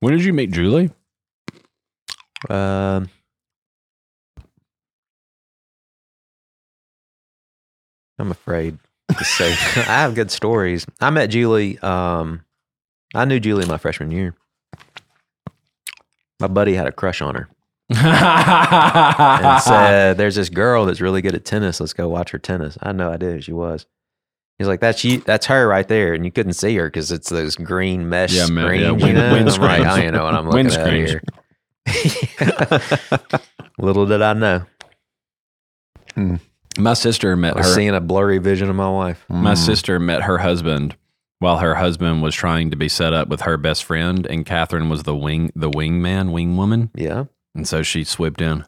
When did you meet Julie? Um, I'm afraid to say. I have good stories. I met Julie. Um, I knew Julie my freshman year. My buddy had a crush on her and said, "There's this girl that's really good at tennis. Let's go watch her tennis." I had no idea who she was. He's like, "That's you. That's her right there." And you couldn't see her because it's those green mesh Yeah, man, screens. yeah, you wind- know? wind I'm like, I screens. don't know what I'm looking Wind at here. Little did I know, my sister met I her. was seeing a blurry vision of my wife. My sister met her husband while her husband was trying to be set up with her best friend, and Catherine was the wing the wingman, wing woman, Yeah. and so she swooped in.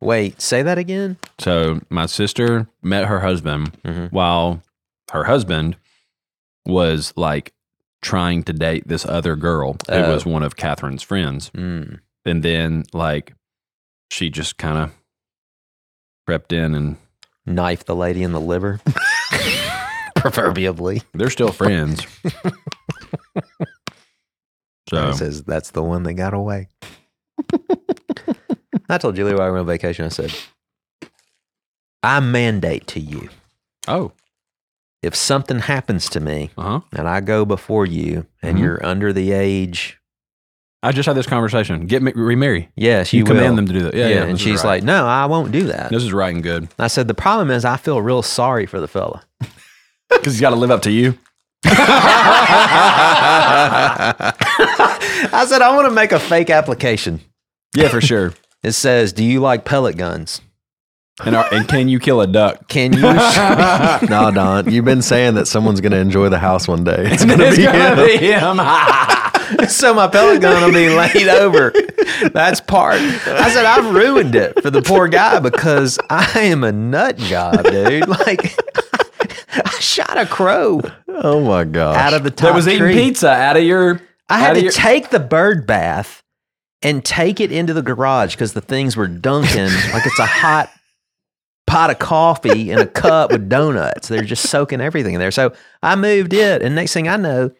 Wait, say that again. So my sister met her husband Mhm. while her husband was like trying to date this other girl who Oh. was one of Catherine's friends. Mm. And then like she just kind of crept in and Knife the lady in the liver, proverbially. they're still friends. so He says that's the one that got away. I told Julie while we were on vacation. I said, I mandate to you oh, if something happens to me uh-huh. and I go before you and Mhm. you're under the age, I just had this conversation. Get ma- remarry. yes, You, you, command will. them to do that. Yeah, yeah. and this is she's right. like, no, I won't do that. this is right and good I said, the problem is I feel real sorry for the fella. because he's got to live up to you. I said, I want to make a fake application. Yeah, for sure. It says, do you like pellet guns? And, are, and can you kill a duck? Can you? nah, Don, you've been saying that someone's going to enjoy the house one day. It's going to It's be gonna him. be him. so my pellet gun will be laid over. That's part. I said I've ruined it for the poor guy because I am a nut job, dude. Like I shot a crow Oh my gosh. out of the top that was eating tree. pizza out of your. I out had of to your- take the bird bath and take it into the garage because the things were dunking like it's a hot pot of coffee in a cup with donuts. They're just soaking everything in there. So I moved it, and next thing I know,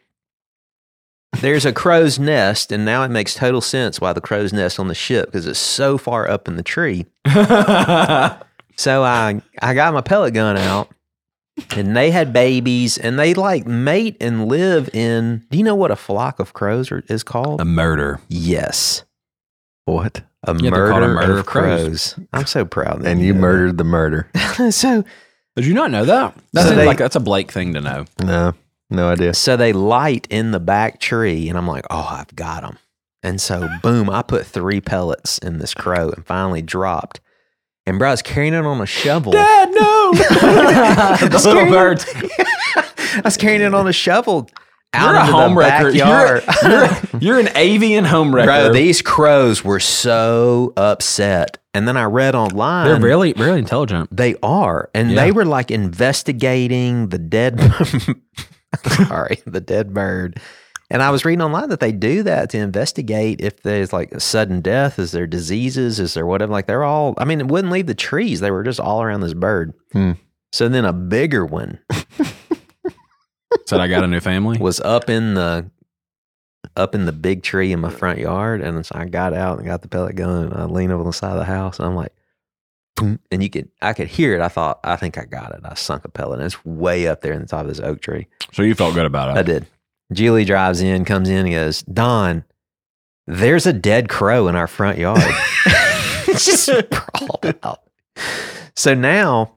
there's a crow's nest, and now it makes total sense why the crow's nest on the ship because it's so far up in the tree. So I I got my pellet gun out, and they had babies, and they like mate and live in. Do you know what a flock of crows are, is called? a murder. yes, what? a, Yeah, they're called murder, a murder of, of crows. crows. I'm so proud. that And you know murdered the murder. that. so Did you not know that? That So seems they- like that's a Blake thing to know. No, no idea. so they light in the back tree, and I'm like, oh, I've got them. And so boom, I put three pellets in this crow, and finally dropped. And bro, I was carrying it on a shovel. Dad, no. the little Scary. birds. I was carrying it on a shovel out You're a into the home wrecker. You're, backyard. you're, you're an avian home wrecker. Bro, these crows were so upset. And then I read online. They're really, really intelligent. They are. And Yeah. they were like investigating the dead. sorry, the dead bird. And I was reading online that they do that to investigate if there's like a sudden death, is there diseases, is there whatever. Like they're all, I mean, it wouldn't leave the trees. They were just all around this bird. Hmm. So then a bigger one Said I got a new family. was up in the up in the big tree in my front yard, and so I got out and got the pellet gun. And I leaned over on the side of the house, and I'm like, boom, and you could I could hear it. I thought I think I got it. I sunk a pellet, and it's way up there in the top of this oak tree. So you felt good about I it. did. Julie drives in, comes in, and goes, Don, there's a dead crow in our front yard. it's just sprawled out. So now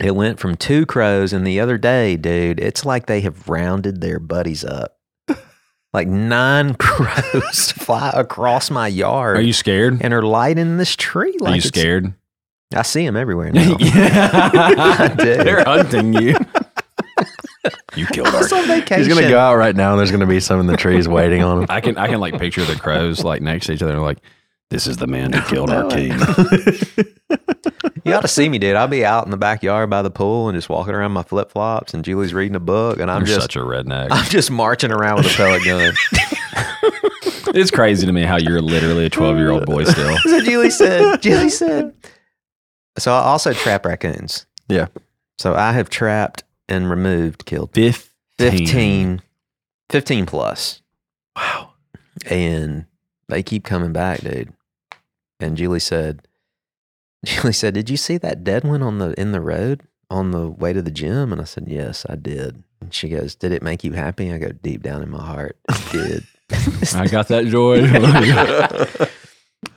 it went from two crows, and the other day, dude, it's like they have rounded their buddies up. Like nine crows fly across my yard Are you scared? and are lighting this tree. Like Are you it's- scared? I see them everywhere now. yeah. did. They're hunting you. you killed I our was on vacation. He's going to go out right now and there's going to be some in the trees waiting on him. I can I can like picture the crows like next to each other like this is the man who killed our king. You ought to see me, dude. I'll be out in the backyard by the pool and just walking around my flip flops, and Julie's reading a book, and I'm You're just such a redneck. I'm just marching around with a pellet gun. it's crazy to me how you're literally a 12 year old boy still. so Julie said, Julie said. So I also trap raccoons. Yeah. So I have trapped and removed, killed 15. 15, 15 plus. Wow. and they keep coming back, dude. And Julie said, Julie said, "Did you see that dead one on the in the road on the way to the gym?" And I said, "Yes, I did." And she goes, "Did it make you happy?" I go, "Deep down in my heart, it did." I got that joy.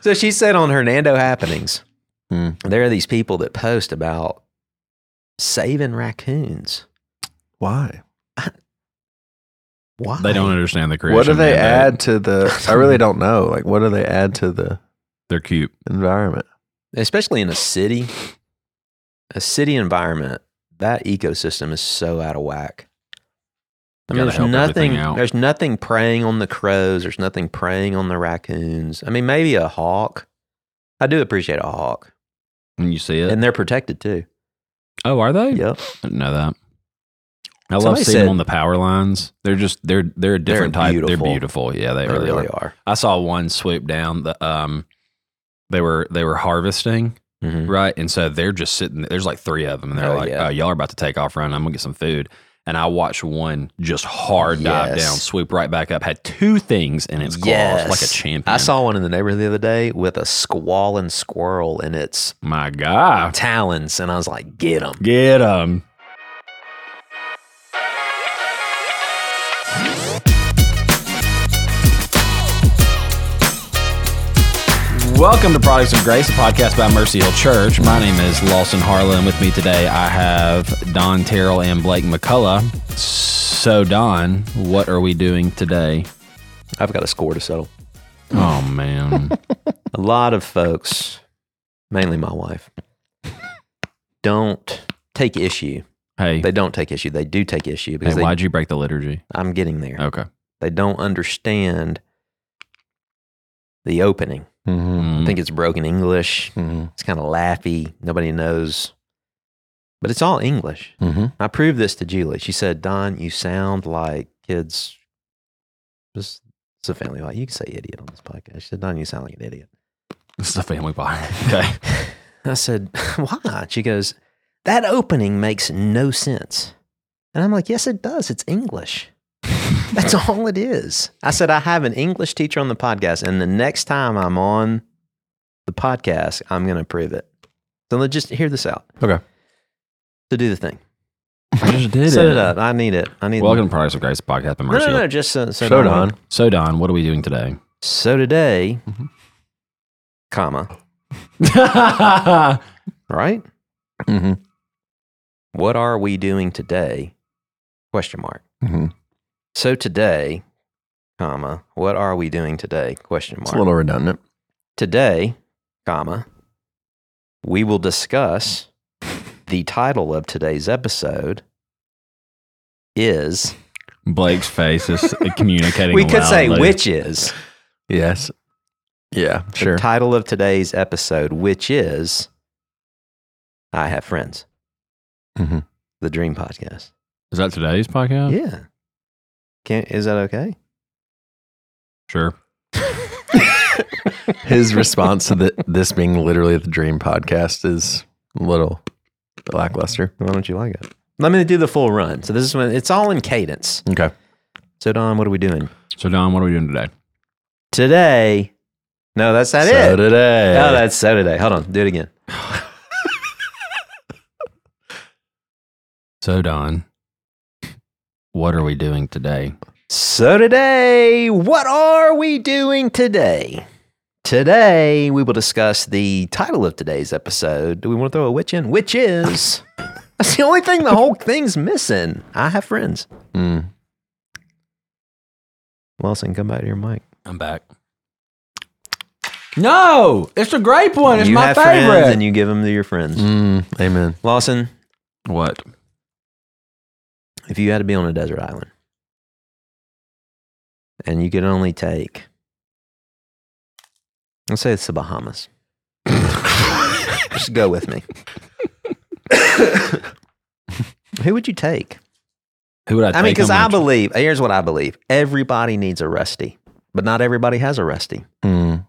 So she said on Hernando Happenings, Hmm. there are these people that post about saving raccoons. Why? Why? they don't understand the creation. What do they man. add to the? I really don't know. Like, what do they add to the They're cute. environment? Especially in a city, a city environment, that ecosystem is so out of whack. I mean, Gotta there's help everything nothing. out. There's nothing preying on the crows. There's nothing preying on the raccoons. I mean, maybe a hawk. I do appreciate a hawk, When you see it. and they're protected too. oh, are they? Yep. I didn't know that. I love Somebody seeing them said- on the power lines. They're just they're they're a different type. beautiful. They're beautiful. Yeah, they, They really, really are. are. I saw one swoop down the um they were they were harvesting, Mhm. right? And so they're just sitting there's like three of them and they're Oh, like, yeah. Oh, y'all are about to take off running, I'm gonna get some food. And I watched one just hard dive Yes. down, swoop right back up, had two things in its claws, like a Yes. champion. I saw one in the neighborhood the other day with a squalling squirrel in its my God. talons, and I was like, "Get him!" Get them. Welcome to Products of Grace, a podcast by Mercy Hill Church. My name is Lawson Harlan. and With me today, I have Don Terrell and Blake McCullough. So, Don, what are we doing today? I've got a score to settle. Oh, man. A lot of folks, mainly my wife, don't take issue. Hey, They don't take issue. They do take issue because hey they, why'd you break the liturgy? I'm getting there. Okay. They don't understand the opening. Mm-hmm. I Mm, think it's broken English. Mm-hmm. It's kind of laughy. Nobody knows, but it's all English. Mm-hmm. I proved this to Julie. She said, Don, you sound like kids. This it's a family like you can say idiot on this podcast. She said, Don, you sound like an idiot. this is a family pie. Okay. I said, Why? She goes, That opening makes no sense. And I'm like, Yes, it does. It's English. That's all it is. I said, I have an English teacher on the podcast, and the next time I'm on the podcast, I'm going to prove it. So let's just hear this out. Okay. So do the thing. I just did Set it up. I need it. I need Welcome to Products of Grace podcast by No, Mercy. no, Hill. no. Just so, so, So don't worry. Don, So Don, what are we doing today? So today, Mhm. comma, That's right? mm-hmm. What are we doing today? Question mark. Mm-hmm. So today, comma, what are we doing today? Question it's mark. a little redundant. today, comma, we will discuss the title of today's episode is Blake's face is communicating. we could say loudly. which is Yes. Yeah. Sure. the title of today's episode which is i have friends Mhm. the dream podcast is that today's podcast? Yeah. Can is that okay? Sure. His response to the, this being literally the dream podcast is a little lackluster. Why don't you like it? Let me do the full run. So this is when it's all in cadence. Okay. So Don, what are we doing So Don, what are we doing today? today? No, that's not so it. today. No, that's so today. Hold on, do it again. So Don, what are we doing today? So today, what are we doing today? Today we will discuss the title of today's episode. Do we want to throw a witch in? Which is that's the only thing the whole thing's missing. I have friends. Mm. Wilson, come back to your mic. I'm back. No, it's the grape one. you have friends and you give them to your friends. Mm. Amen. Lawson, what? if you had to be on a desert island and you could only take let's say it's the bahamas just go with me who would you take Who would I? i mean take because on i my- believe here's what i believe everybody needs a rusty but not everybody has a rusty Mm.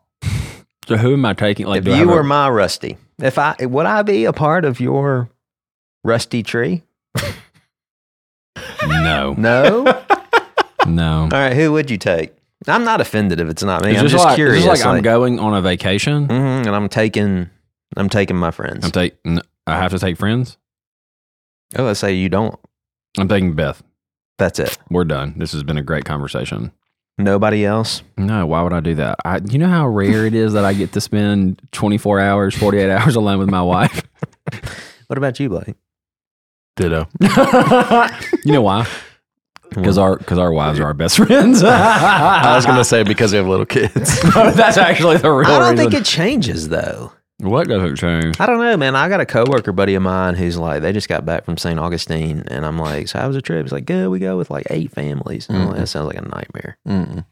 So who am I taking? Like, if do I have you a- were my rusty if i would i be a part of your rusty tree no, no all no. right who would you take I'm not offended if it's not me. It's I'm just like, it's curious. like, I'm like- going on a vacation. Mhm, and I'm taking, I'm taking my friends. I'm take. n- I have to take friends. oh, let's say you don't. I'm taking Beth. That's it. We're done. This has been a great conversation. Nobody else. No, why would I do that? I, you know how rare it is that I get to spend 24 hours, 48 hours alone with my wife. What about you, Blake? Ditto. you know why? Because our because our wives are our best friends. I was gonna say because we have little kids. That's actually the real I don't reason. think it changes though. what doesn't change? I don't know, man. I got a coworker buddy of mine who's like, they just got back from St. Augustine, and I'm like, so how was the trip? He's like, good. We go with like eight families. And I'm like, that sounds like a nightmare. Mm-mm.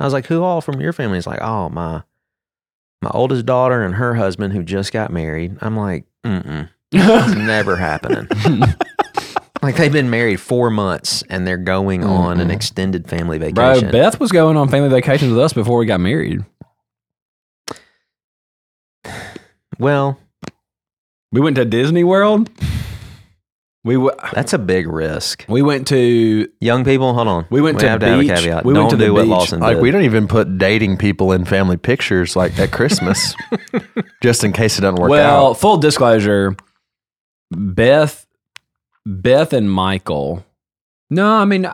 I was like, who all from your family? He's like, oh my, my oldest daughter and her husband who just got married. I'm like, mm, it's never happening. Like they've been married four months and they're going on an Mm-mm. extended family Mm-hmm. Bro, vacation. Beth was going on family vacations with us before we got married. well, We went to Disney World. We w- that's a big risk. we went to Young people, hold on. We went to have the to have a beach. caveat. We Don't went to do the what beach. Lawson Like did. we don't even put dating people in family pictures like at Christmas, just in case it doesn't work well, out. full disclosure, Beth, Beth and Michael. No, I mean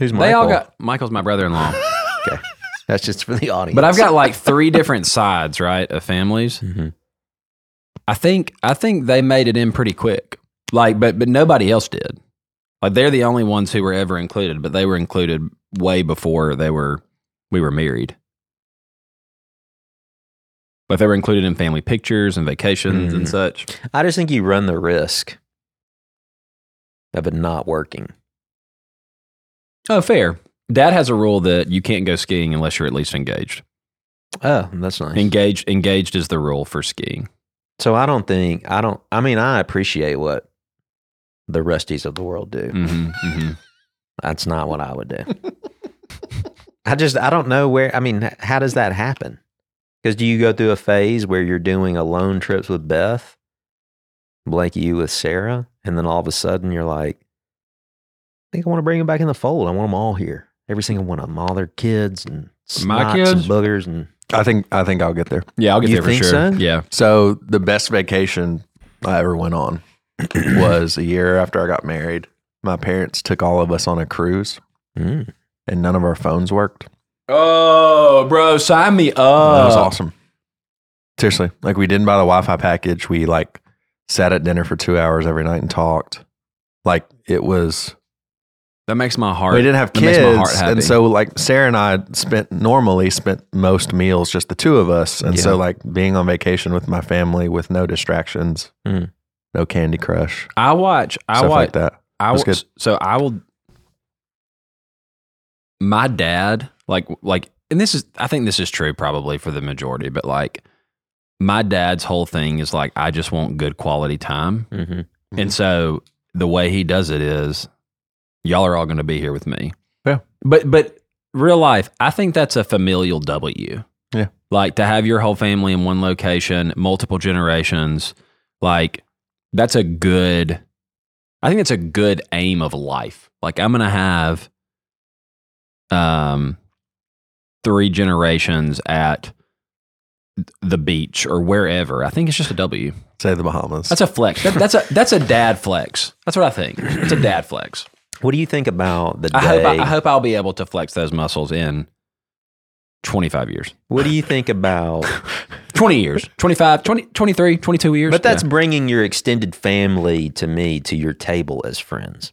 Who's they all Michael? got Michael's my brother-in-law, That's just for the audience. but I've got like three different sides, right, of families. Mhm. I think I think they made it in pretty quick, like, but but nobody else did. Like they're the only ones who were ever included, but they were included way before they were we were married. But they were included in family pictures and vacations Mm. and Mhm. such. I just think you run the risk of it not working. Oh, fair. Dad has a rule that you can't go skiing unless you're at least engaged. Oh, that's nice. Engaged, engaged is the rule for skiing. so I don't think I don't. I mean, I appreciate what the rusties of the world do. Mm-hmm, mm-hmm. That's not what I would do. I just I don't know where. I mean, h- how does that happen? Because do you go through a phase where you're doing alone trips with Beth, Blake, you with Sarah, and then all of a sudden you're like, I think I want to bring them back in the fold. I want them all here, every single one of them, all their kids and My snots and kids? boogers and I think I think I'll get there. Yeah, I'll get You there for think sure. so? Yeah. So the best vacation I ever went on was a year after I got married. My parents took all of us on a cruise, Mm. and none of our phones worked. Oh, bro, sign me up. that Uh, was awesome. Seriously, like we didn't buy the Wi-Fi package. We like sat at dinner for two hours every night and talked. Like it was. That makes my heart. we didn't have that makes my heart kids, happy. and so like Sarah and I spent normally spent most meals just the two of us, and so Yeah. like being on vacation with my family with no distractions, Mm. no Candy Crush, I watch. Hmm. I stuff watch. like that. I That's will, good. so I will. My dad, like, like, and this is, I think this is true probably for the majority, but like, my dad's whole thing is like, I just want good quality time. hmm Mm-hmm. And so the way he does it is, y'all are all going to be here with me. Yeah. But but real life, I think that's a familial W. Yeah. Like to have your whole family in one location, multiple generations, like that's a good. I think it's a good aim of life. Like I'm going to have, um, three generations at the beach or wherever. I think it's just a W. Say the Bahamas. That's a flex. That, that's a that's a dad flex. That's what I think. It's a dad flex. What do you think about the day? I hope I, I hope I'll be able to flex those muscles in 25 years. what do you think about? 20 years. 25, 20, 23, 22 years. but that's bringing your extended family to me to your table as friends.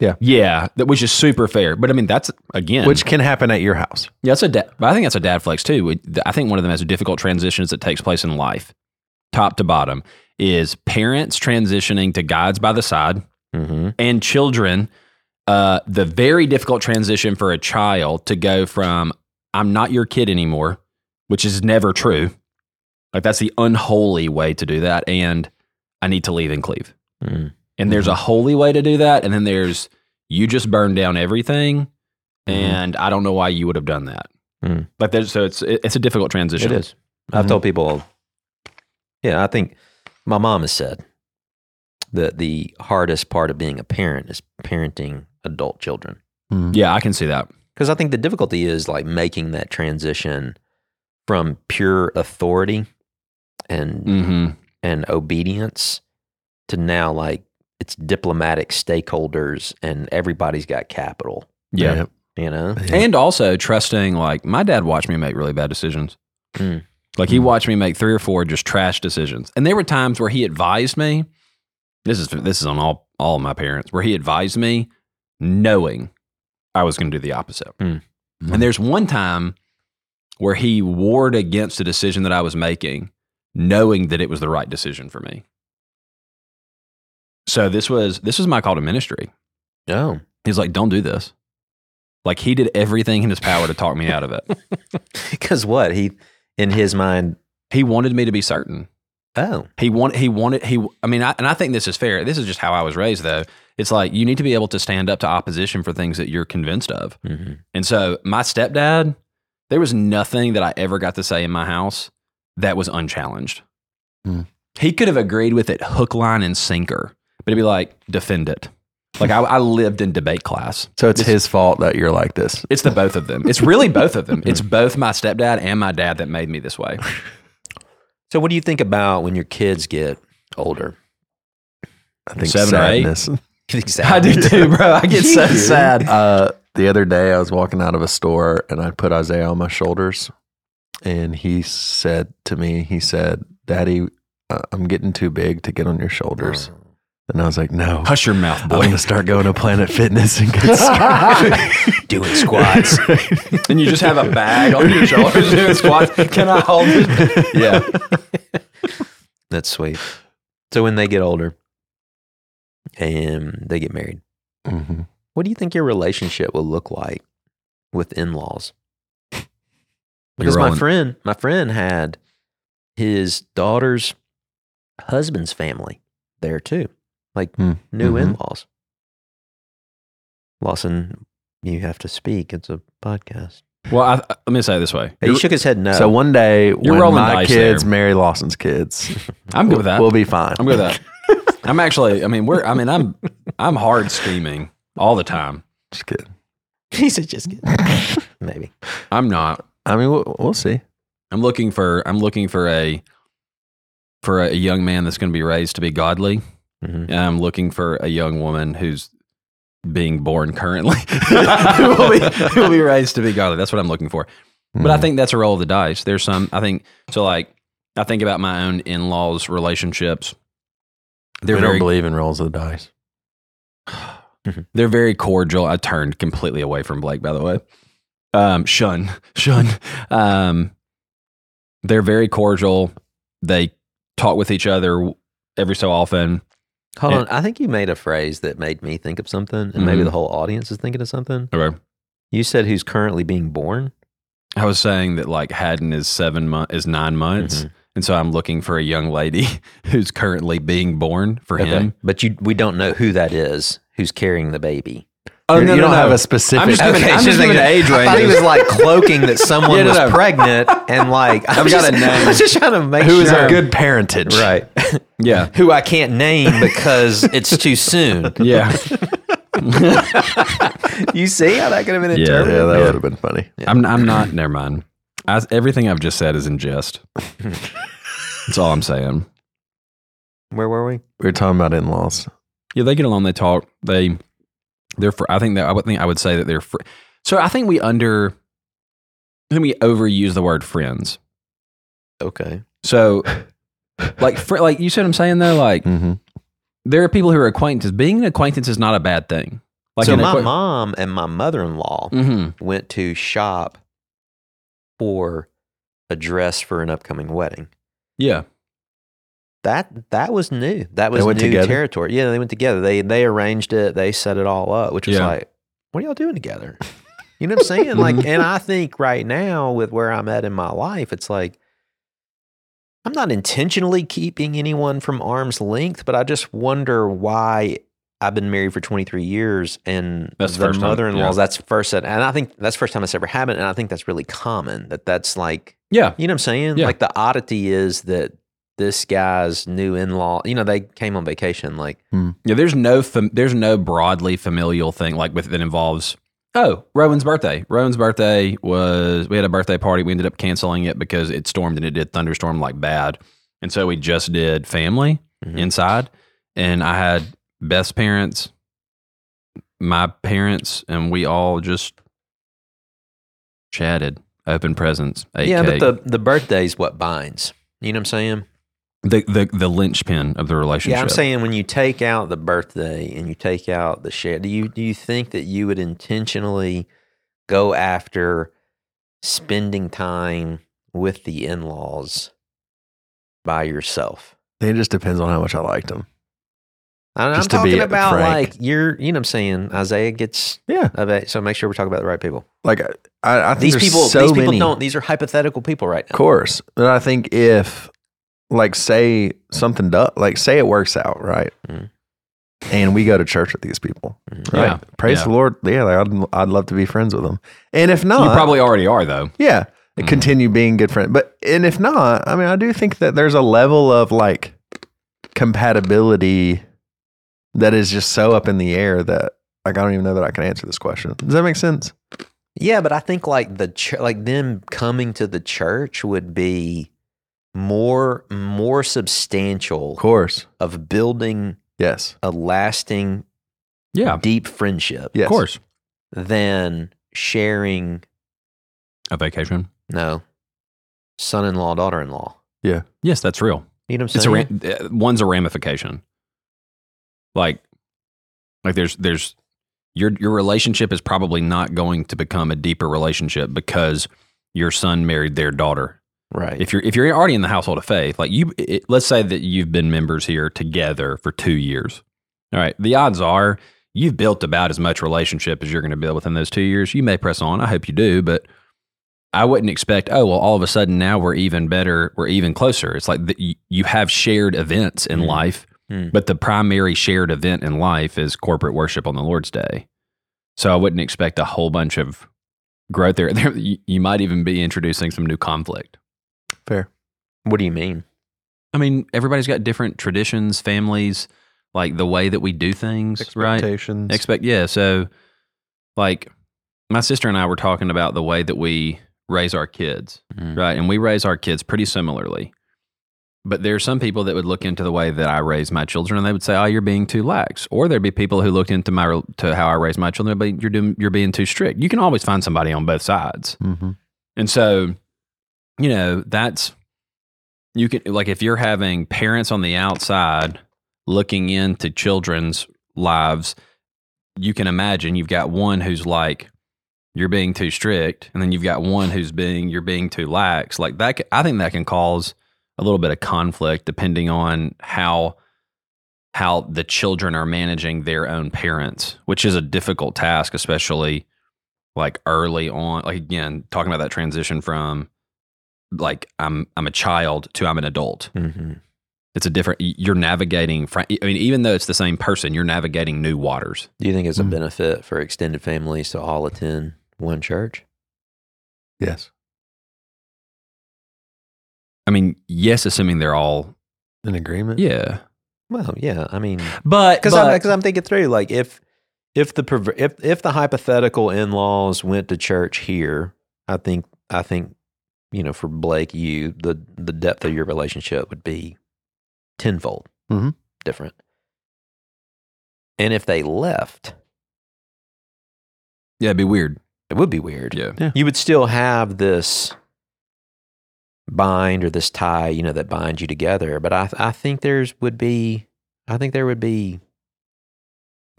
yeah. yeah, that which is super fair. But I mean that's again which can happen at your house. yeah, that's a dad I think that's a dad flex too. It- I think one of the most difficult transitions that takes place in life, top to bottom, is parents transitioning to guides by the side. Mm-hmm. and children, uh, the very difficult transition for a child to go from "I'm not your kid anymore," which is never true. Like that's the unholy way to do that, and I need to leave and cleave. Mm. And there's a holy way to do that, and then there's you just burned down everything, Mhm. and I don't know why you would have done that. Mm. Like there's so it's it- it's a difficult transition. It is. I've Mhm. told people. Yeah, I think my mom has said that the hardest part of being a parent is parenting adult children. Hmm. Yeah, I can see that. Because I think the difficulty is like making that transition from pure authority and Mm-hmm. and obedience to now like it's diplomatic stakeholders and everybody's got capital, Yeah. you know? And also trusting, like, my dad watched me make really bad decisions. Hmm. Like, he watched me make three or four just trash decisions. And there were times where he advised me. This is this is on all all my parents where he advised me, knowing I was going to do the opposite. Hmm. And there's one time where he warred against a decision that I was making, knowing that it was the right decision for me. So this was this was my call to ministry. Oh. He's like, don't do this. Like he did everything in his power to talk me out of it. Because Oh. what? He in his mind, He wanted me to be certain. oh, He wanted. He wanted. He. I mean, I, and I think this is fair. This is just how I was raised, though. It's like you need to be able to stand up to opposition for things that you're convinced of. mm-hmm. And so, my stepdad, there was nothing that I ever got to say in my house that was unchallenged. Hmm. He could have agreed with it hook, line, and sinker, but it'd be like defend it. Like I, I lived in debate class. So it's his fault that you're like this. It's the both of them. It's really both of them. It's both my stepdad and my dad that made me this way. So what do you think about when your kids get older? I think Seven or eight? sadness. I exactly. do too, bro. I get so Dude. sad. Uh, the other day, I was walking out of a store and I put Isaiah on my shoulders, and he said to me, "He said, Daddy, uh, I'm getting too big to get on your shoulders." And I was like, "No, Mm. Hush your mouth, I'm boy. gonna start going to Planet Fitness and get stronger." Doing squats. and you just have a bag on your shoulders doing squats. Can I hold it? Yeah. That's sweet. So when they get older and they get married, Mm-hmm. Mhm. what do you think your relationship will look like with in-laws? Because You're my rolling. friend, my friend had his daughter's husband's family there too, like Hmm. new Mhm. in-laws. Lawson, you have to speak. It's a podcast. Well, I, let me say it this way. He shook his head no. So one day, when rolling my dice kids there. marry Lawson's kids, I'm good with that. we'll be fine. I'm good with that. I'm actually. I mean, we're. I mean, I'm. I'm hard scheming all the time. Just kidding. he said, "Just kidding." Maybe. I'm not. I mean, we'll, we'll see. I'm looking for. I'm looking for a. For a young man that's going to be raised to be godly. Mhm. And I'm looking for a young woman who's being born currently. who, will be, who will be raised to be godly. That's what I'm looking for. But I Mm. think that's a roll of the dice. There's some, I think, so like, I think about my own in laws' relationships. They're we very, don't believe in rolls of the dice. they're very cordial. I turned completely away from Blake, by the way. Um, shun, shun. Um, they're very cordial. They talk with each other every so often. Hold Yeah. on. I think you made a phrase that made me think of something, and maybe Mhm. the whole audience is thinking of something. Okay. You said who's currently being born? I was saying that like Haddon is seven month is nine months, Mm-hmm. and so I'm looking for a young lady who's currently being born for him. But you, we don't know who that is who's carrying the baby. Oh you don't have a specific. I'm just giving, I'm just giving age I thought he ranges. was like cloaking that someone Yeah, no, was no. pregnant, and like I'm I've got just, a name. I'm just trying to make who is sure. a good parentage? right? Yeah, who I can't name because it's too soon. yeah. You see how that could have been Yeah. interpreted? Yeah, that would have been funny. I'm I'm not. Never mind. I, everything I've just said is in jest. That's all I'm saying. Where were we? We were talking about in laws. Yeah, they get along. They talk. They they're. Fr- I think that I would think I would say that they're. Fr- so I think we under. I think we overuse the word friends. Okay. So, like, fr- like you see what I'm saying though. Like, Mm. Mm-hmm. there are people who are acquaintances. Being an acquaintance is not a bad thing. Like so an my acquaint- mom and my mother-in-law Mhm. went to shop for a dress for an upcoming wedding. Yeah. That that was new. That was went new together? territory. Yeah, they went together. They they arranged it. They set it all up, which was Yeah. like, what are y'all doing together? You know what I'm saying? Mm-hmm. like, and I think right now with where I'm at in my life, it's like I'm not intentionally keeping anyone from arm's length, but I just wonder why I've been married for 23 years and That's the the first time, mother-in-laws. yeah. That's first, and I think that's the first time it's ever happened, and I think that's really common. That that's like Yeah. you know what I'm saying? Yeah. Like the oddity is that this guy's new in law, you know, they came on vacation. Like, Yeah. There's no fam- there's no broadly familial thing like with that involves Oh, Rowan's birthday. Rowan's birthday was we had a birthday party. We ended up canceling it because it stormed and it did thunderstorm like bad. And so we just did family Mhm. inside. And I had best parents, my parents, and we all just chatted, open presents, ate yeah, cake. but the the birthday's what binds. You know what I'm saying? the, the the linchpin of the relationship. Yeah, I'm saying when you take out the birthday and you take out the share, do you do you think that you would intentionally go after spending time with the in-laws by yourself? It just depends on how much I liked them. I don't know, I'm Just to be talking about frank. like you're, you know, what I'm saying Isaiah gets. Yeah. of it, So make sure we're talking about the right people. Like I, I I think These there's people, so these people many- don't. These are hypothetical people right Of now. course. But I think if, like, say something, do, like, say it works out, right? Mhm. And we go to church with these people, Mhm. right? Yeah. Praise Yeah. the Lord. Yeah, like, I'd, I'd love to be friends with them. And if not, you probably already are though. yeah, Mhm. continue being good friends. But, and if not, I mean, I do think that there's a level of like compatibility that is just so up in the air that, like, I don't even know that I can answer this question. Does that make sense? Yeah, but I think like the ch- like them coming to the church would be more more substantial Of course. of building Yes. a lasting Yeah, deep friendship Yes. of course. than sharing A vacation. no son-in-law daughter-in-law. Yes, that's real. You know what I'm it's a saying? ram- uh, one's a ramification. Like, like there's there's your your relationship is probably not going to become a deeper relationship because your son married their daughter. right. If you're if you're already in the household of faith, like you, it, let's say that you've been members here together for two years. All right, the odds are you've built about as much relationship as you're going to build within those two years. You may press on. I hope you do, but I wouldn't expect. Oh well, all of a sudden now we're even better. We're even closer. It's like the, you, you have shared events in Mm. life, Mm. but the primary shared event in life is corporate worship on the Lord's Day. So I wouldn't expect a whole bunch of growth there. there you you might even be introducing some new conflict. Fair. what do you mean? I mean, everybody's got different traditions, families, like the way that we do things, right? Expectations. Expect, yeah. So, like, my sister and I were talking about the way that we raise our kids, Mm. right? And we raise our kids pretty similarly. But there are some people that would look into the way that I raise my children, and they would say, "Oh, you're being too lax." Or there'd be people who looked into my to how I raise my children, but you're doing you're being too strict. You can always find somebody on both sides. mm-hmm. And so, you know, that's you can like if you're having parents on the outside looking into children's lives, you can imagine you've got one who's like you're being too strict, and then you've got one who's being you're being too lax. Like that, c- I think that can cause a little bit of conflict depending on how how the children are managing their own parents, which is a difficult task, especially like early on. Like again, talking about that transition from like I'm I'm a child to I'm an adult. Mhm. It's a different. You're navigating. fr- I mean, even though it's the same person, you're navigating new waters. Do you think it's a Mm. benefit for extended families to all attend one church? Yes. I mean, yes, assuming they're all An agreement. yeah, Well, yeah. I mean, but because but- I'm, 'cause I'm thinking through like if if the perver- if if the hypothetical in laws went to church here, I think I think you know for Blake you the the depth of your relationship would be tenfold Mm-hmm. Mhm. different. And if they left, yeah, it'd be weird. it would be weird. Yeah, You would still have this bind or this tie, you know, that binds you together. But I, I think there's would be, I think there would be,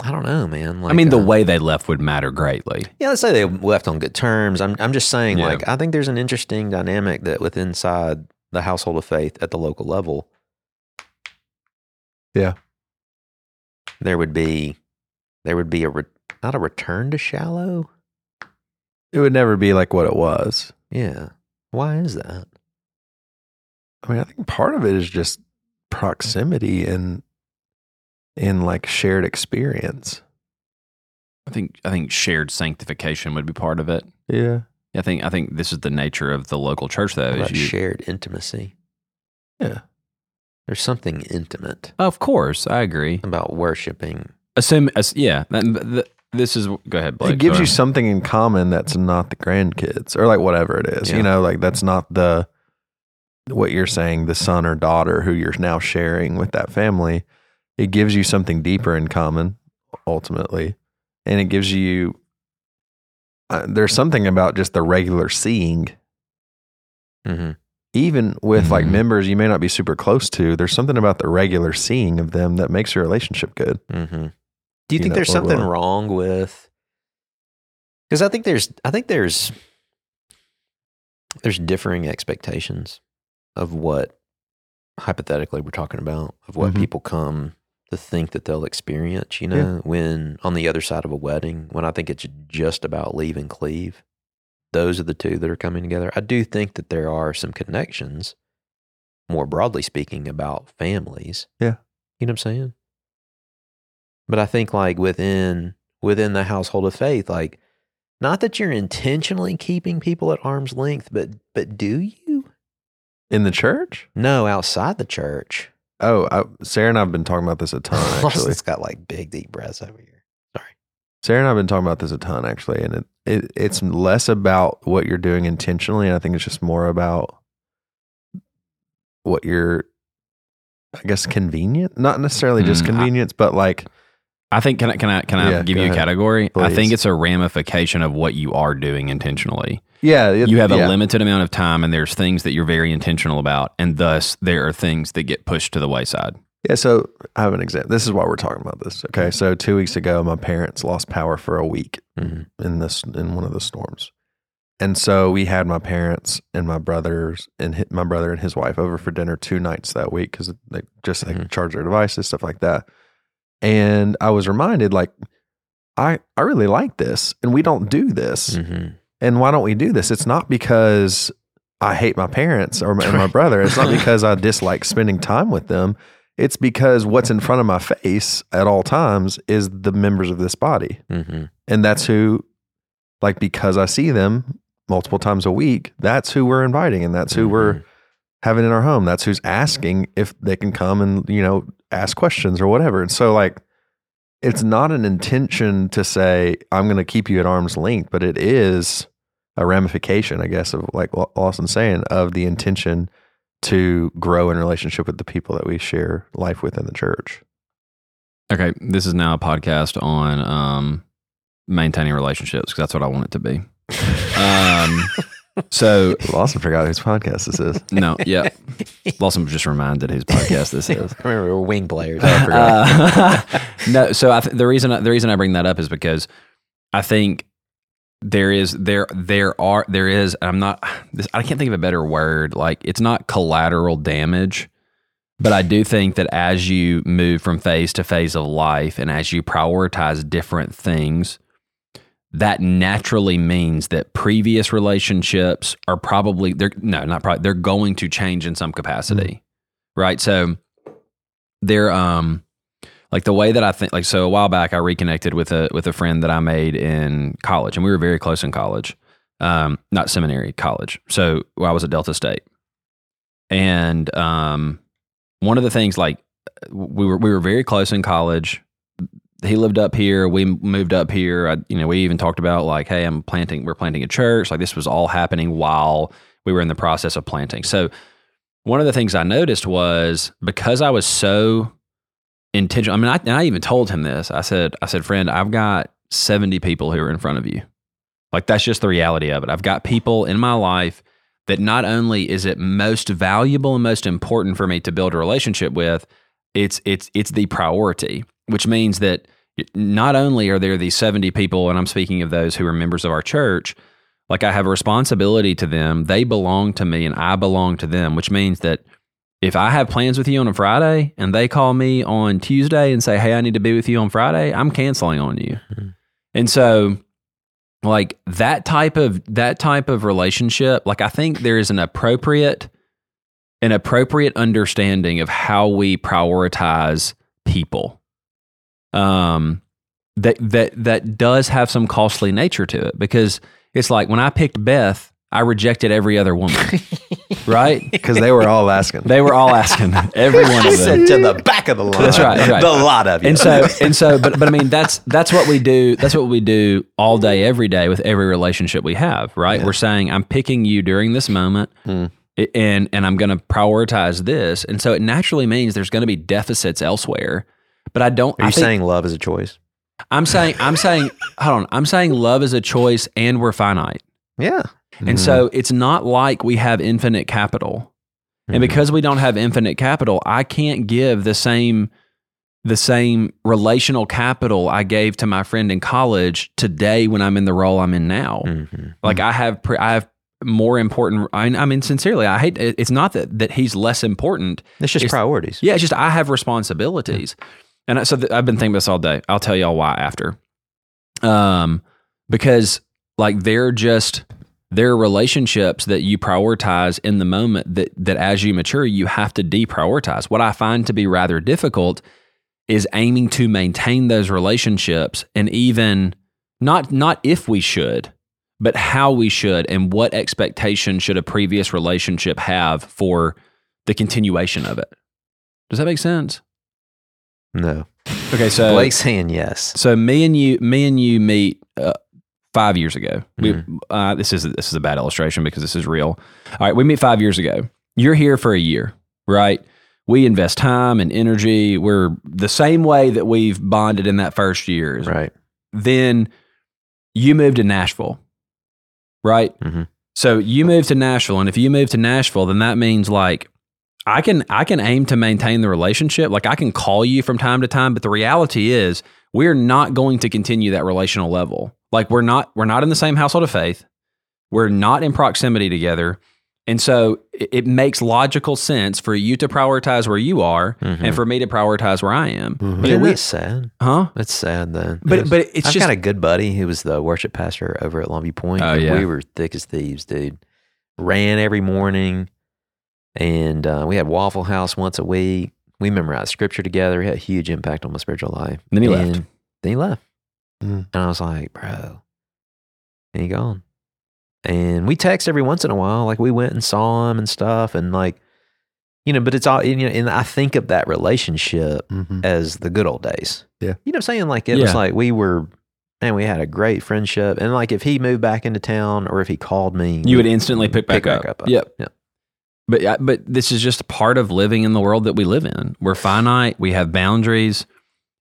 I don't know, man. Like, I mean, the uh, way they left would matter greatly. yeah, let's say they left on good terms. I'm, I'm just saying, Yeah. like, I think there's an interesting dynamic that with inside the household of faith at the local level. Yeah. There would be, there would be a, re- not a return to shallow. It would never be like what it was. Yeah. Why is that? I mean, I think part of it is just proximity and and like shared experience. I think I think shared sanctification would be part of it. Yeah. I think I think this is the nature of the local church, though. How Is about you, shared intimacy. Yeah. There's something intimate of course, I agree. about worshiping. Assume, as, yeah, that, the, this is go ahead, Blake. it gives Go you ahead. something in common that's not the grandkids or like whatever it is. Yeah. You know, like that's not the what you're saying, the son or daughter who you're now sharing with that family. It gives you something deeper in common ultimately. And it gives you uh, there's something about just the regular seeing Mm-hmm. even with like Mhm. members you may not be super close to, there's something about the regular seeing of them that makes your relationship good. Mm-hmm. Do you You think know, there's something overall. wrong with? Because I think there's, I think there's, there's differing expectations of what hypothetically we're talking about of what Mhm. people come to think that they'll experience. You Yeah. know, when on the other side of a wedding, when I think it's just about leave and cleave, those are the two that are coming together. I do think that there are some connections, more broadly speaking, about families. Yeah. you know what I'm saying but i think like within within the household of faith like not that you're intentionally keeping people at arm's length but but do you In the church? no outside the church Oh, I, Sarah and I have been talking about this a ton actually. it's got like big deep breaths over here Sarah and I have been talking about this a ton actually, and it, it it's less about what you're doing intentionally, and I think it's just more about what you're, I guess, convenient. Not necessarily just Mm, I- convenience, but like I think can I can I can I Yeah, give go you a ahead. category? I Please. think it's a ramification of what you are doing intentionally. yeah, it- you have a yeah. limited amount of time, and there's things that you're very intentional about, and thus there are things that get pushed to the wayside. Yeah, so I have an example. This is why we're talking about this. Okay, so two weeks ago, my parents lost power for a week Mm-hmm, Mhm. in this in one of the storms, and so we had my parents and my brothers and hi- my brother and his wife over for dinner two nights that week because they just they Mhm. could charge their devices, stuff like that. And I was reminded, like, I I really like this, and we don't do this mm-hmm, Mhm. and why don't we do this? It's not because I hate my parents or my, and my brother. It's not because I dislike spending time with them. It's because what's in front of my face at all times is the members of this body. mm-hmm, Mhm. And that's who, like, because I see them multiple times a week, that's who we're inviting and mm-hmm. that's who Mm-hmm. we're having in our home. That's who's asking if they can come and, you know, ask questions or whatever. And so, like, it's not an intention to say, I'm going to keep you at arm's length, but it is a ramification, I guess, of like Wa- Lawson's saying, of the intention to grow in relationship with the people that we share life with in the church. Okay, this is now a podcast on um, maintaining relationships because that's what I want it to be. Um, so Lawson forgot whose podcast this is. no, yeah, Lawson was just reminded whose podcast this is. I remember we were wing players. Uh, no, so I th- the reason I, the reason I bring that up is because I think there is there there are there is I'm not this, I can't think of a better word like it's not collateral damage, but I do think that as you move from phase to phase of life and as you prioritize different things. That naturally means that previous relationships are probably they're no not probably they're going to change in some capacity, right? So, they're um like the way that I think like so a while back I reconnected with a with a friend that I made in college and we were very close in college. Um not seminary, college. So well, I was at Delta State. And um one of the things like we were we were very close in college. He lived up here, we moved up here. I, you know, we even talked about like hey, I'm planting we're planting a church. Like this was all happening while we were in the process of planting. So one of the things I noticed was because I was so intentional. I mean, I, and I even told him this. I said, I said, friend, I've got 70 people who are in front of you. Like that's just the reality of it. I've got people in my life that not only is it most valuable and most important for me to build a relationship with, it's it's it's the priority, which means that not only are there these 70 people and I'm speaking of those who are members of our church, like I have a responsibility to them. They belong to me and I belong to them, which means that if I have plans with you on a Friday and they call me on Tuesday and say, Hey, I need to be with you on Friday, I'm canceling on you. Mhm. And so like that type of that type of relationship, like I think there is an appropriate an appropriate understanding of how we prioritize people. Um that that that does have some costly nature to it because it's like when I picked Beth, I rejected every other woman. right? because they were all asking. They were all asking every one of them. to the back of the line. That's right, that's right. The lot of you. And so and so but but I mean that's that's what we do that's what we do all day every day with every relationship we have, right? We're saying I'm picking you during this moment. Mm. i- And and I'm going to prioritize this, and so it naturally means there's going to be deficits elsewhere. But I don't. Are I you think- saying love is a choice? I'm saying I'm saying hold on. I'm saying love is a choice, and we're finite. Yeah. And so it's not like we have infinite capital. And because we don't have infinite capital, I can't give the same the same relational capital I gave to my friend in college today when I'm in the role I'm in now. Mm-hmm. Like I have pre- I have more important I, I mean sincerely, I hate it- it's not that that he's less important. It's just It's- priorities. Yeah, it's just I have responsibilities. And I, so th- I've been thinking this all day. I'll tell y'all why after. Um, because like they're just they're relationships that you prioritize in the moment that that as you mature you have to deprioritize. What I find to be rather difficult is aiming to maintain those relationships and even not not if we should but how we should and what expectation should a previous relationship have for the continuation of it does that make sense No. okay so Blake's saying yes. so me and you me and you meet uh, five years ago we, uh, this is this is a bad illustration because this is real all right we meet five years ago you're here for a year right we invest time and energy we're the same way that we've bonded in that first year is Right. then you moved to Nashville, right? Mhm. So you moved to Nashville, and if you move to Nashville, then that means like I can I can aim to maintain the relationship. Like I can call you from time to time, but the reality is we're not going to continue that relational level. Like we're not we're not in the same household of faith. We're not in proximity together. And so it, it makes logical sense for you to prioritize where you are Mm-hmm. and for me to prioritize where I am. But Yeah, isn't we- that sad? Huh? That's sad then. But but it's I've just got a good buddy who was the worship pastor over at Longview Point. Oh, and yeah. We were thick as thieves, dude. Ran every morning, and uh, we had Waffle House once a week. We memorized scripture together. It had a huge impact on my spiritual life. Then he left. And Then he left. Mm. And I was like, bro, and he gone. And we text every once in a while. Like we went and saw him and stuff. And like, you know, but it's all, you know, and I think of that relationship Mm-hmm. as the good old days. Yeah. You know what I'm saying? Like it was Yeah. like we were and we had a great friendship. And like if he moved back into town or if he called me You would instantly pick back up. Yep. Yeah. But I- but this is just part of living in the world that we live in. We're finite. We have boundaries,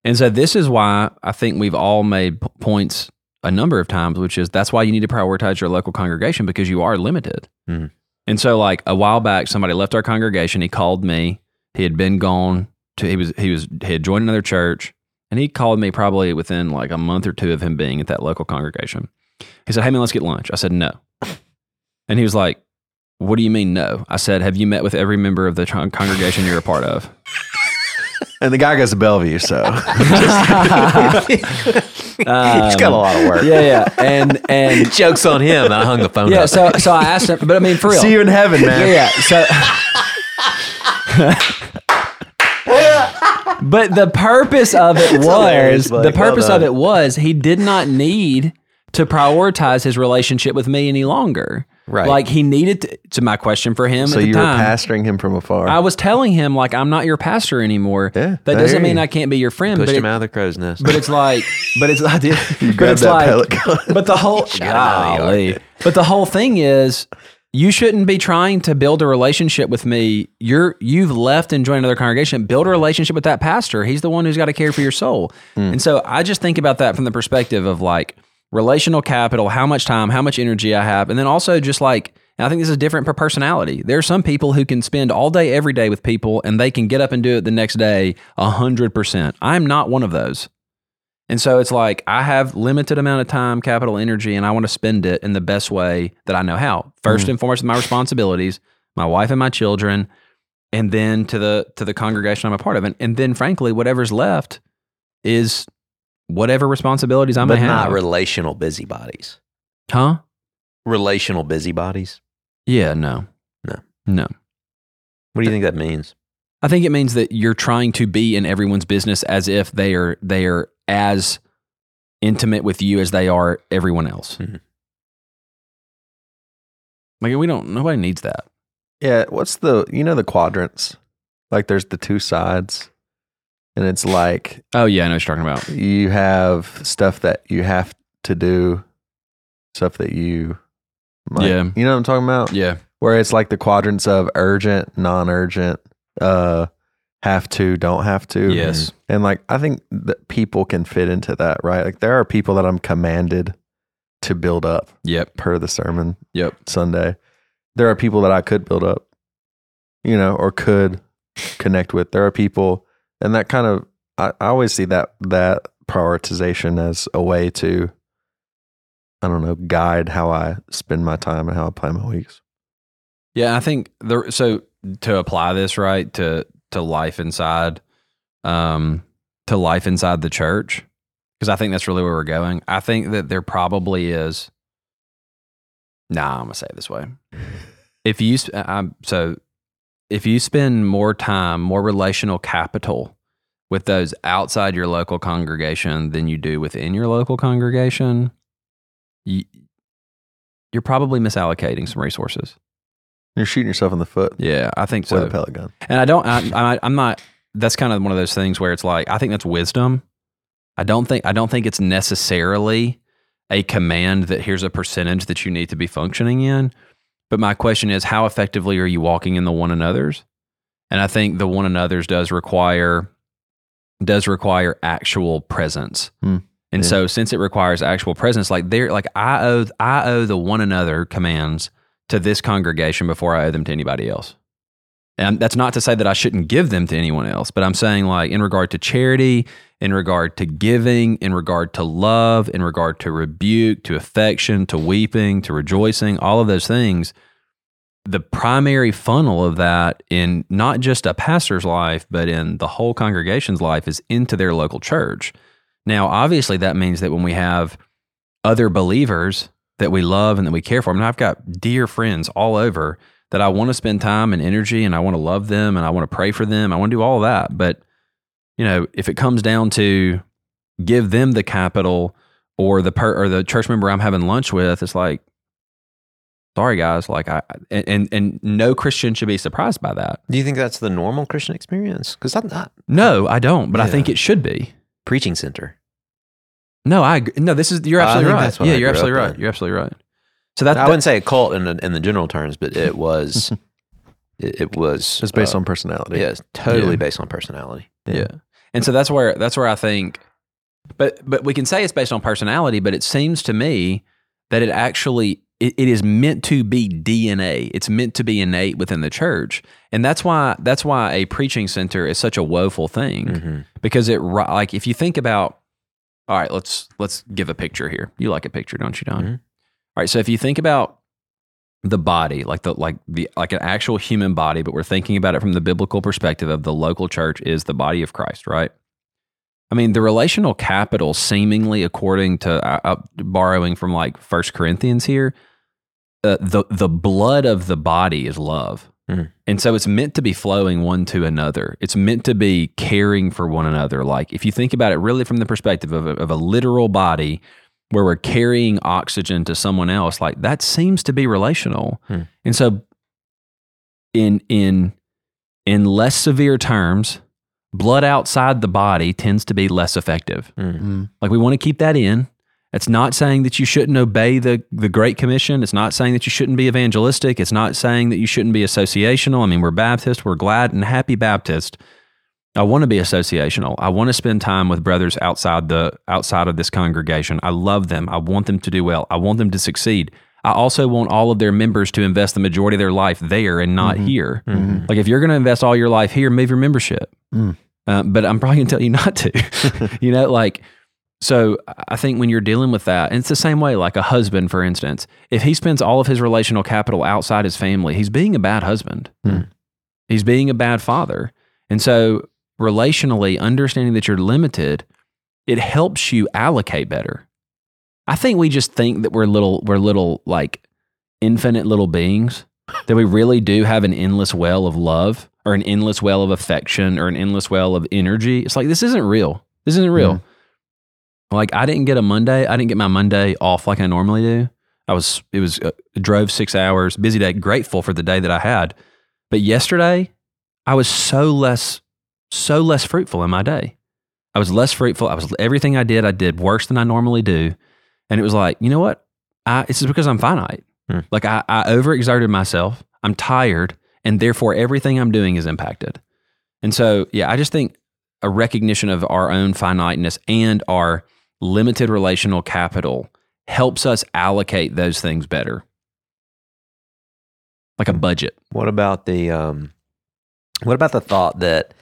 and so this is why I think we've all made p- points a number of times, which is that's why you need to prioritize your local congregation because you are limited. Mhm. And so, like a while back, somebody left our congregation. He called me. He had been gone. To, he was he was he had joined another church, and he called me probably within like a month or two of him being at that local congregation. He said, "Hey man, let's get lunch." I said, "No," and he was like. What do you mean no? I said, have you met with every member of the con- congregation you're a part of? And the guy goes to Bellevue, so He's got a lot of work. Yeah, yeah. And and Jokes on him. I hung the phone yeah, up. so so I asked him, but I mean for real. see you in heaven, man. yeah, yeah. So But the purpose of it was hilarious, the Blake. Well purpose of done. it was he did not need to prioritize his relationship with me any longer. Right. Like he needed to, to my question for him So at the you time. were pastoring him from afar. I was telling him like I'm not your pastor anymore. Yeah, that I doesn't hear mean you. I can't be your friend. Pushed But, him it- out of the crow's nest. but it's like, but it's I did. but grabbed it's that like, pellet gun. but the whole out of the golly. But the whole thing is, you shouldn't be trying to build a relationship with me. You're you've left and joined another congregation. Build a relationship with that pastor. He's the one who's got to care for your soul. Hmm. And so I just think about that from the perspective of like relational capital, how much time, how much energy I have, and then also just like. And I think this is different per personality. There are some people who can spend all day, every day with people, and they can get up and do it the next day 100%. I'm not one of those. And so it's like I have limited amount of time, capital, energy, and I want to spend it in the best way that I know how. Mm. First and foremost, my responsibilities, my wife and my children, and then to the to the congregation I'm a part of, and, and then frankly, whatever's left is whatever responsibilities I may but have. not relational busybodies. huh? Relational busybodies. Yeah, no, No. no. What do you think that means? I think it means that you're trying to be in everyone's business as if they are they are as Mm-hmm. intimate with you as they are everyone else. Like we don't. Nobody needs that. Yeah, what's the you know the quadrants? Like there's the two sides and it's like Oh yeah, I know what you're talking about. you have stuff that you have to do, stuff that you might, Yeah. You know what I'm talking about? Yeah. Where it's like the quadrants of urgent, non-urgent, uh have to, don't have to. Yes. And like I think that people can fit into that, right? Like there are people that I'm commanded to build up Yep. per the sermon Yep. Sunday, there are people that I could build up, you know, or could connect with. There are people, and that kind of I, I always see that that prioritization as a way to, I don't know, guide how I spend my time and how I plan my weeks. Yeah, I think the so to apply this right to to life inside, um, to life inside the church, because I think that's really where we're going. I think that there probably is. Nah, I'm gonna say it this way: if you sp- uh, I'm, so, if you spend more time, more relational capital with those outside your local congregation than you do within your local congregation, you, you're probably misallocating some resources. You're shooting yourself in the foot Yeah, I think with so. a pellet gun. And I don't. I, I, I'm not. That's kind of one of those things where it's like I think that's wisdom. I don't think. I don't think it's necessarily a command that here's a percentage that you need to be functioning in. But my question is, how effectively are you walking in the one another's? And I think the one another's does require does require actual presence. Hmm. And Yeah. so since it requires actual presence, like there, like I owe I owe the one another commands to this congregation before I owe them to anybody else. And that's not to say that I shouldn't give them to anyone else, but I'm saying like in regard to charity, in regard to giving, in regard to love, in regard to rebuke, to affection, to weeping, to rejoicing, all of those things, the primary funnel of that in not just a pastor's life, but in the whole congregation's life is into their local church. Now, obviously, that means that when we have other believers that we love and that we care for, I mean, I've got dear friends all over that I want to spend time and energy and I want to love them and I want to pray for them. I want to do all that. But, you know, if it comes down to give them the capital or the per or the church member I'm having lunch with, it's like, sorry guys, like I and and, and no Christian should be surprised by that. Do you think that's the normal Christian experience? Because I'm not No, I don't, but I Yeah. think it should be. preaching center. No, I ag- no, this is you're I absolutely think right. that's what Yeah, I you're grew up absolutely right. in. You're absolutely right. So that, I wouldn't say a cult in the, in the general terms, but it was it, it was It's based uh, on personality. yeah, it's totally Yeah. based on personality. Yeah. And so that's where that's where I think but but we can say it's based on personality, but it seems to me that it actually it, it is meant to be DNA. It's meant to be innate within the church. And that's why that's why a preaching center is such a woeful thing Hmm. Mm-hmm. because it ri- like if you think about all right, let's let's give a picture here. You like a picture, don't you, Don? Mhm. All right, so if you think about the body, like the like the like an actual human body, but we're thinking about it from the biblical perspective of the local church is the body of Christ, right? I mean, the relational capital, seemingly according to uh, uh, borrowing from like First Corinthians here, uh, the the blood of the body is love, Mhm. and so it's meant to be flowing one to another. It's meant to be caring for one another. Like if you think about it, really from the perspective of a, of a literal body, where we're carrying oxygen to someone else, like that seems to be relational, Hmm. and so in in in less severe terms blood outside the body tends to be less effective. Mm-hmm. Mm. Like we want to keep that in. It's not saying that you shouldn't obey the the Great Commission. It's not saying that you shouldn't be evangelistic. It's not saying that you shouldn't be associational. I mean, we're Baptist. We're glad and happy Baptist. I want to be associational. I want to spend time with brothers outside the outside of this congregation. I love them. I want them to do well. I want them to succeed. I also want all of their members to invest the majority of their life there and not here. Mm-hmm. Mhm. Like if you're going to invest all your life here, move your membership. Mm. Uh, but I'm probably going to tell you not to. you know, like so. I think when you're dealing with that, and it's the same way. Like a husband, for instance, if he spends all of his relational capital outside his family, he's being a bad husband. Mm. He's being a bad father. And so, relationally, understanding that you're limited, it helps you allocate better. I think we just think that we're little, we're little like infinite little beings that we really do have an endless well of love or an endless well of affection or an endless well of energy. It's like this isn't real. This isn't real. Like I didn't get a Monday. I didn't get my Monday off like I normally do. I was it was uh, drove six hours, busy day, grateful for the day that I had. But yesterday, I was so less so less fruitful in my day. I was less fruitful. I was everything I did, I did worse than I normally do, and it was like you know what? I this is because I'm finite. Hmm. Like I, I overexerted myself. I'm tired, and therefore everything I'm doing is impacted. And so yeah, I just think a recognition of our own finiteness and our limited relational capital helps us allocate those things better. Like a budget. What about the um what about the thought that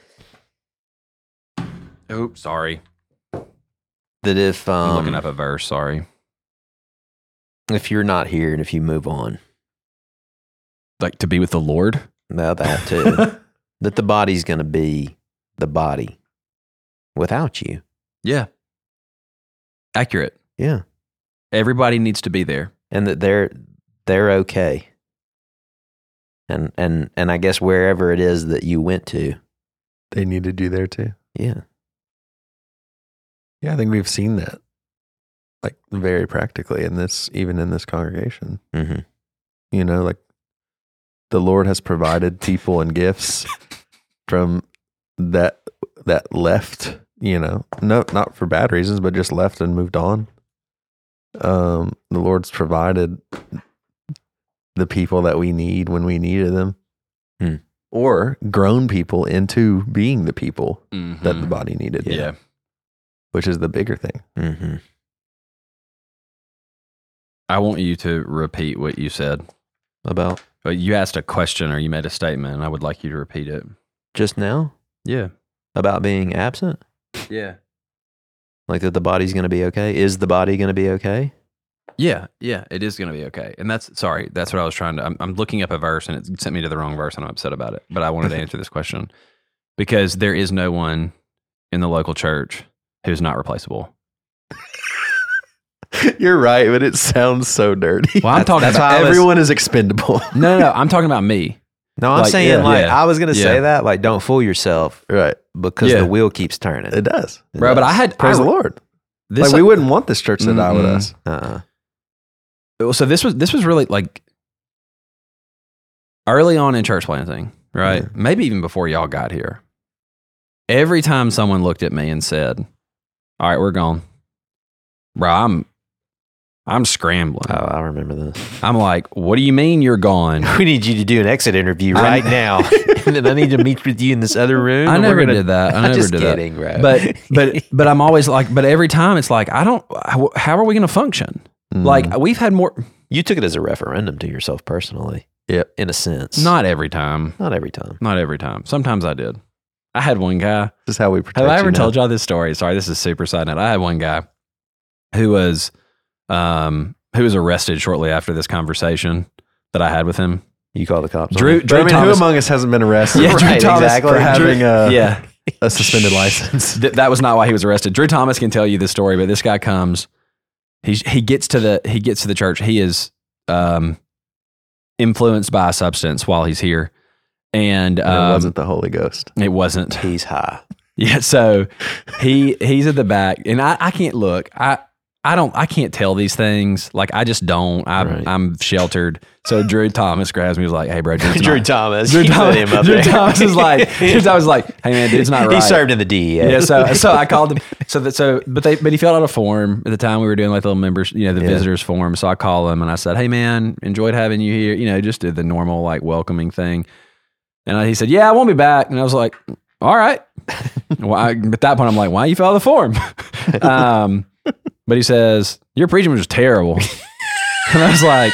Oops, Oh, sorry. that if I'm um looking up a verse, sorry. if you're not here and if you move on, Like to be with the Lord. no, that too, that the body's going to be the body without you. yeah. Accurate. Yeah. Everybody needs to be there. and that they're they're okay. And and and I guess wherever it is that you went to, They needed you there too. yeah, Yeah, I think we've seen that, like very practically in this, even in this congregation. mm-hmm. You know, like the Lord has provided people and gifts from that that left. You know, no, not for bad reasons, but just left and moved on. Um, the Lord's provided the people that we need when we needed them, Hmm. or grown people into being the people that the body needed. Mm-hmm. Hmm. yeah. which is the bigger thing. Mm-hmm. I want you to repeat what you said. about But you asked a question or you made a statement, and I would like you to repeat it. just now Yeah. about being absent, Yeah. like that the body's going to be okay. Is the body going to be okay? Yeah, yeah, it is going to be okay. And that's sorry, that's what I was trying to. I'm, I'm looking up a verse and it sent me to the wrong verse, and I'm upset about it. But I wanted to answer this question because there is no one in the local church who's not replaceable. You're right, but it sounds so dirty. Well, I'm talking that's about why I was- Everyone is expendable. no, no, no, I'm talking about me. No, I'm Like, saying yeah. like Yeah. I was going to Yeah. say that like don't fool yourself right. because Yeah. the wheel keeps turning. It does. Bro, but I had- praise I- the Lord. This like we wouldn't want this church to die with Mm-mm. us. uh-uh. Well, so this was this was really like early on in church planting, right? Yeah. Maybe even before y'all got here. Every time someone looked at me and said, "All right, we're gone," bro, I'm I'm scrambling. Oh, I remember this. I'm like, "What do you mean you're gone?" We need you to do an exit interview right now, and then I need to meet with you in this other room. I and we're never gonna- did that. I I'm never just did kidding, bro. that. But but but I'm always like, but every time it's like, I don't. how- How are we going to function? Mm. Mm. Like we've had more. You took it as a referendum to yourself personally. Yep. In a sense. Not every time. not every time. Not every time. Sometimes I did. I had one guy. this is how we protect. Have I ever told y'all this story? Sorry, this is super side note. I had one guy who was um who was arrested shortly after this conversation that I had with him. You call the cops. Drew on Drew I mean, Thomas. who among us hasn't been arrested? Yeah, Drew Right, Thomas exactly. for for having a, yeah, a suspended license. th- that was not why he was arrested. Drew Thomas can tell you the story, but this guy comes. He he gets to the he gets to the church. He is um influenced by a substance while he's here, and And um, it wasn't the Holy Ghost. It wasn't. him. He's high. Yeah, so he he's at the back, and I, I can't look. I I don't I can't tell these things. Like I just don't. I'm Right. I'm sheltered. So Drew Thomas grabs me. He was like, "Hey, bro, dude's Drew not, Thomas. Drew, You put Thomas, him up Drew there. Thomas is like Drew Thomas is like, "Hey, man, dude's not right." He served in the E DEA. yeah, so so I called him. So that so but they but he filled out a form at the time we were doing like the little members, you know, the Yeah. visitors form. So I call him and I said, "Hey, man, enjoyed having you here." You know, just did the normal like welcoming thing. And I, he said, "Yeah, I won't be back." And I was like, "All right." well, I, at that point, I'm like, "Why you fill out the form?" um, but he says, "Your preaching was just terrible," and I was like.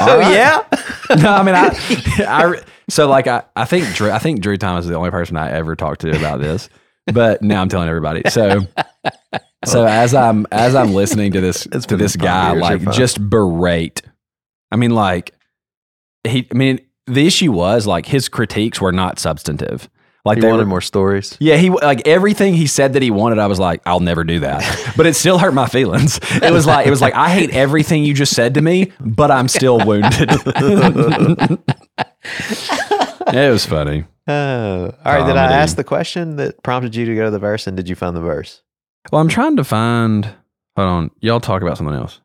oh right. yeah. no, I mean, I, I, so like, I, I think Drew, I think Drew Thomas is the only person I ever talked to about this, but now I'm telling everybody. So, so as I'm, as I'm listening to this, Oh. It's to been this five guy, years, you're like fine. just berate. I mean, like he, I mean, the issue was like his critiques were not substantive. Like You they wanted were, more stories. yeah, he like everything he said that he wanted. I was like, I'll never do that, but it still hurt my feelings. It was like it was like I hate everything you just said to me, but I'm still wounded. it was funny. Oh. all right. Did I Comedy. ask the question that prompted you to go to the verse, and did you find the verse? Well, I'm trying to find. Hold on, y'all talk about something else.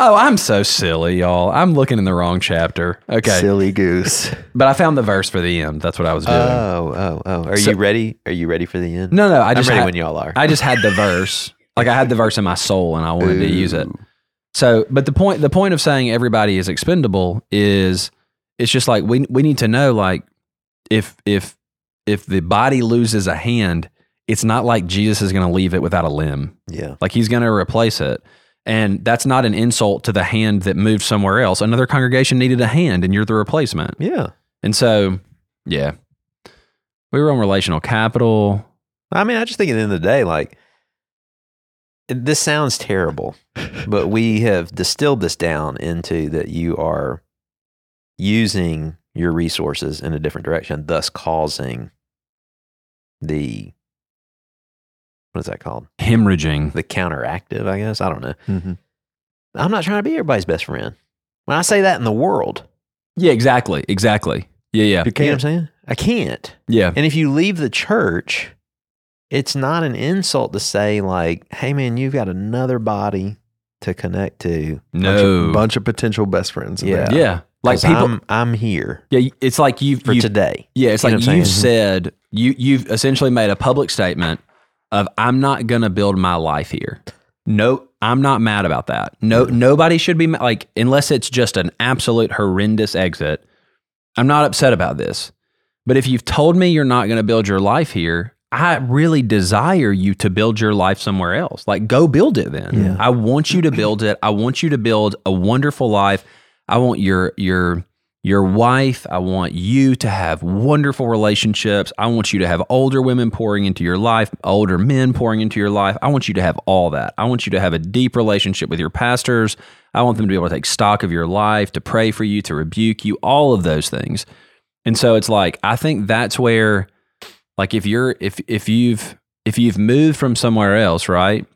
Oh, I'm so silly, y'all. I'm looking in the wrong chapter. Okay. Silly goose. But I found the verse for the end. That's what I was doing. Oh, oh, oh. Are So- you ready? Are you ready for the end? no, no. I I am just ready had, when y'all are. I just had the verse. Like I had the verse in my soul and I wanted to use it. Ooh. So, but the point the point of saying everybody is expendable is it's just like we we need to know like if if if the body loses a hand, it's not like Jesus is going to leave it without a limb. yeah. Like he's going to replace it. And that's not an insult to the hand that moved somewhere else. Another congregation needed a hand and you're the replacement. Yeah. And so, yeah. We were on relational capital. I mean, I just think at the end of the day, like, this sounds terrible, but we have distilled this down into that you are using your resources in a different direction, thus causing the, what is that called? Hemorrhaging. The counteractive, I guess. I don't know. Mhm. I'm not trying to be everybody's best friend. When I say that in the world, Yeah, exactly. Exactly. Yeah, yeah. you know what I'm saying? I can't. Yeah. And if you leave the church, it's not an insult to say like, "Hey man, you've got another body to connect to." Bunch No. of, bunch of potential best friends. in Yeah. there. yeah. Like 'Cause people I'm, I'm here Yeah, it's like you've, for you today. yeah, it's You know like what I'm you've saying? Mm-hmm. said you you've essentially made a public statement of I'm not going to build my life here. No, I'm not mad about that. No, Mm-hmm. nobody should be ma- like unless it's just an absolute horrendous exit. I'm not upset about this. But if you've told me you're not going to build your life here, I really desire you to build your life somewhere else. Like go build it then. Yeah. I want you to build it. I want you to build a wonderful life. I want your your your wife. I want you to have wonderful relationships. I want you to have older women pouring into your life, older men pouring into your life. I want you to have all that. I want you to have a deep relationship with your pastors. I want them to be able to take stock of your life, to pray for you, to rebuke you, all of those things. And so it's like I think that's where like if you're if if you've if you've moved from somewhere else, right?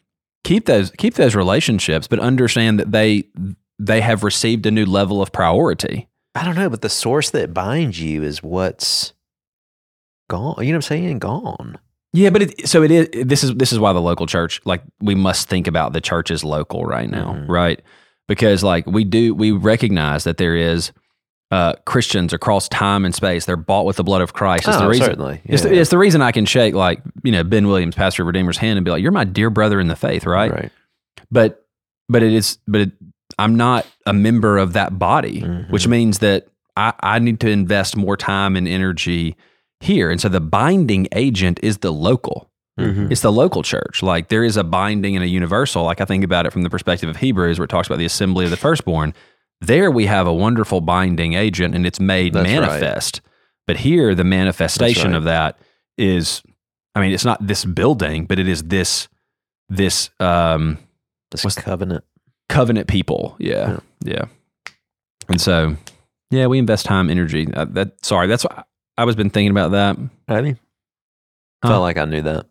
Keep those keep those relationships, but understand that they they have received a new level of priority. I don't know, but the source that binds you is what's gone. You know what I'm saying? Gone. Yeah, but it, so it is. This is this is why the local church, like, we must think about the church as local right now, Mhm. right? Because like we do, we recognize that there is uh, Christians across time and space. They're bought with the blood of Christ. It's the Oh, reason. certainly. It's, the, Yeah. it's the reason I can shake like you know Ben Williams, pastor of Redeemer's hand, and be like, "You're my dear brother in the faith," right? Right. But but it is but it, I'm not a member of that body, Mhm. which means that I, I need to invest more time and energy here. And so the binding agent is the local. Hmm. Mhm. It's the local church. Like there is a binding and a universal. Like I think about it from the perspective of Hebrews, where it talks about the assembly of the firstborn. There we have a wonderful binding agent and it's made That's right. manifest. But here, the manifestation right. of that is, I mean, it's not this building, but it is this, this um, This what's- covenant. covenant people. Yeah. Yeah. And so, yeah, we invest time, energy. Uh, that, sorry, that's what I, I was been thinking about that. I mean, Huh. Felt like I knew that.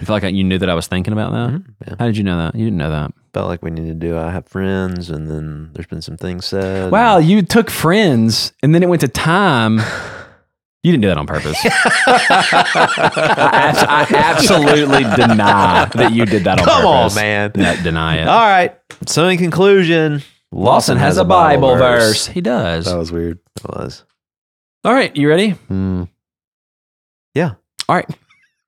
I feel like I, you knew that I was thinking about Mm-hmm. that. Mhm. Yeah. How did you know that? You didn't know that. Felt like we needed to do. I have friends, and then there's been some things said. Wow, you took friends and then it went to time. You didn't do that on purpose. I, abs- I absolutely deny that you did that on Come on, purpose. man. Oh, No, deny it. All right. So in conclusion, Lawson has a Bible verse. He does. that was weird. It was All right, you ready? Mm. All right.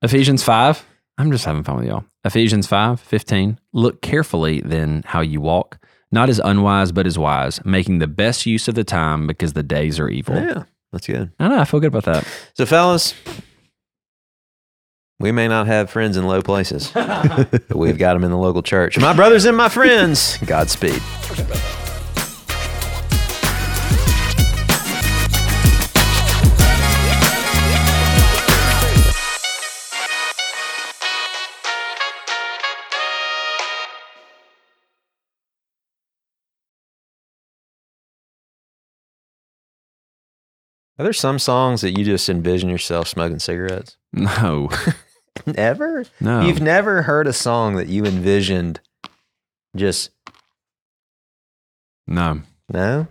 Ephesians 5. I'm just having fun with y'all. Ephesians 5 15. Look carefully then how you walk, not as unwise, but as wise, making the best use of the time because the days are evil. yeah, that's good. I know. I feel good about that. So fellas, we may not have friends in low places, but we've got them in the local church. My brothers and my friends, Godspeed. Are there some songs that you just envision yourself smoking cigarettes? No, Never? no. You've never heard a song that you envisioned just no. no?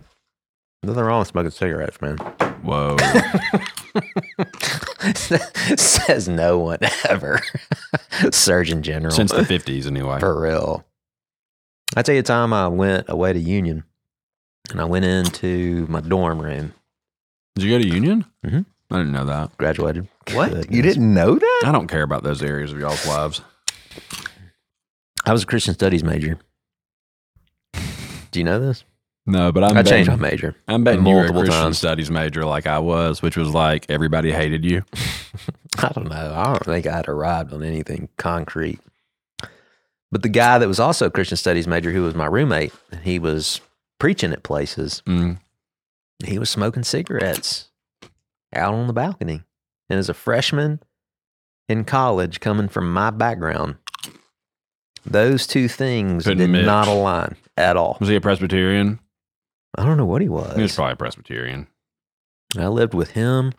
Nothing wrong with smoking cigarettes, man. Whoa. Says no one ever. Surgeon General. Since the 50s, anyway. For real. I tell you, the time I went away to Union, and I went into my dorm room, Did you go to Union? Mhm. I didn't know that. graduated. Goodness. You didn't know that? I don't care about those areas of y'all's lives. I was a Christian studies major. Do you know this? No, but I'm I betting, changed my major. I'm betting you were a multiple Christian times. studies major like I was, which was like everybody hated you. I don't know. I don't think I'd arrived on anything concrete. But the guy that was also a Christian studies major, who was my roommate, he was preaching at places. Mm. He was smoking cigarettes out on the balcony. And as a freshman in college, coming from my background, those two things Couldn't did mix. not align at all. Was he a Presbyterian? I don't know what he He was probably a Presbyterian. I lived with him,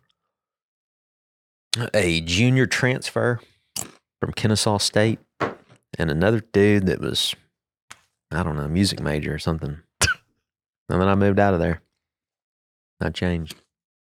a junior transfer from Kennesaw State, and another dude that was, I don't know, music major or something. and then I moved out of there. I changed.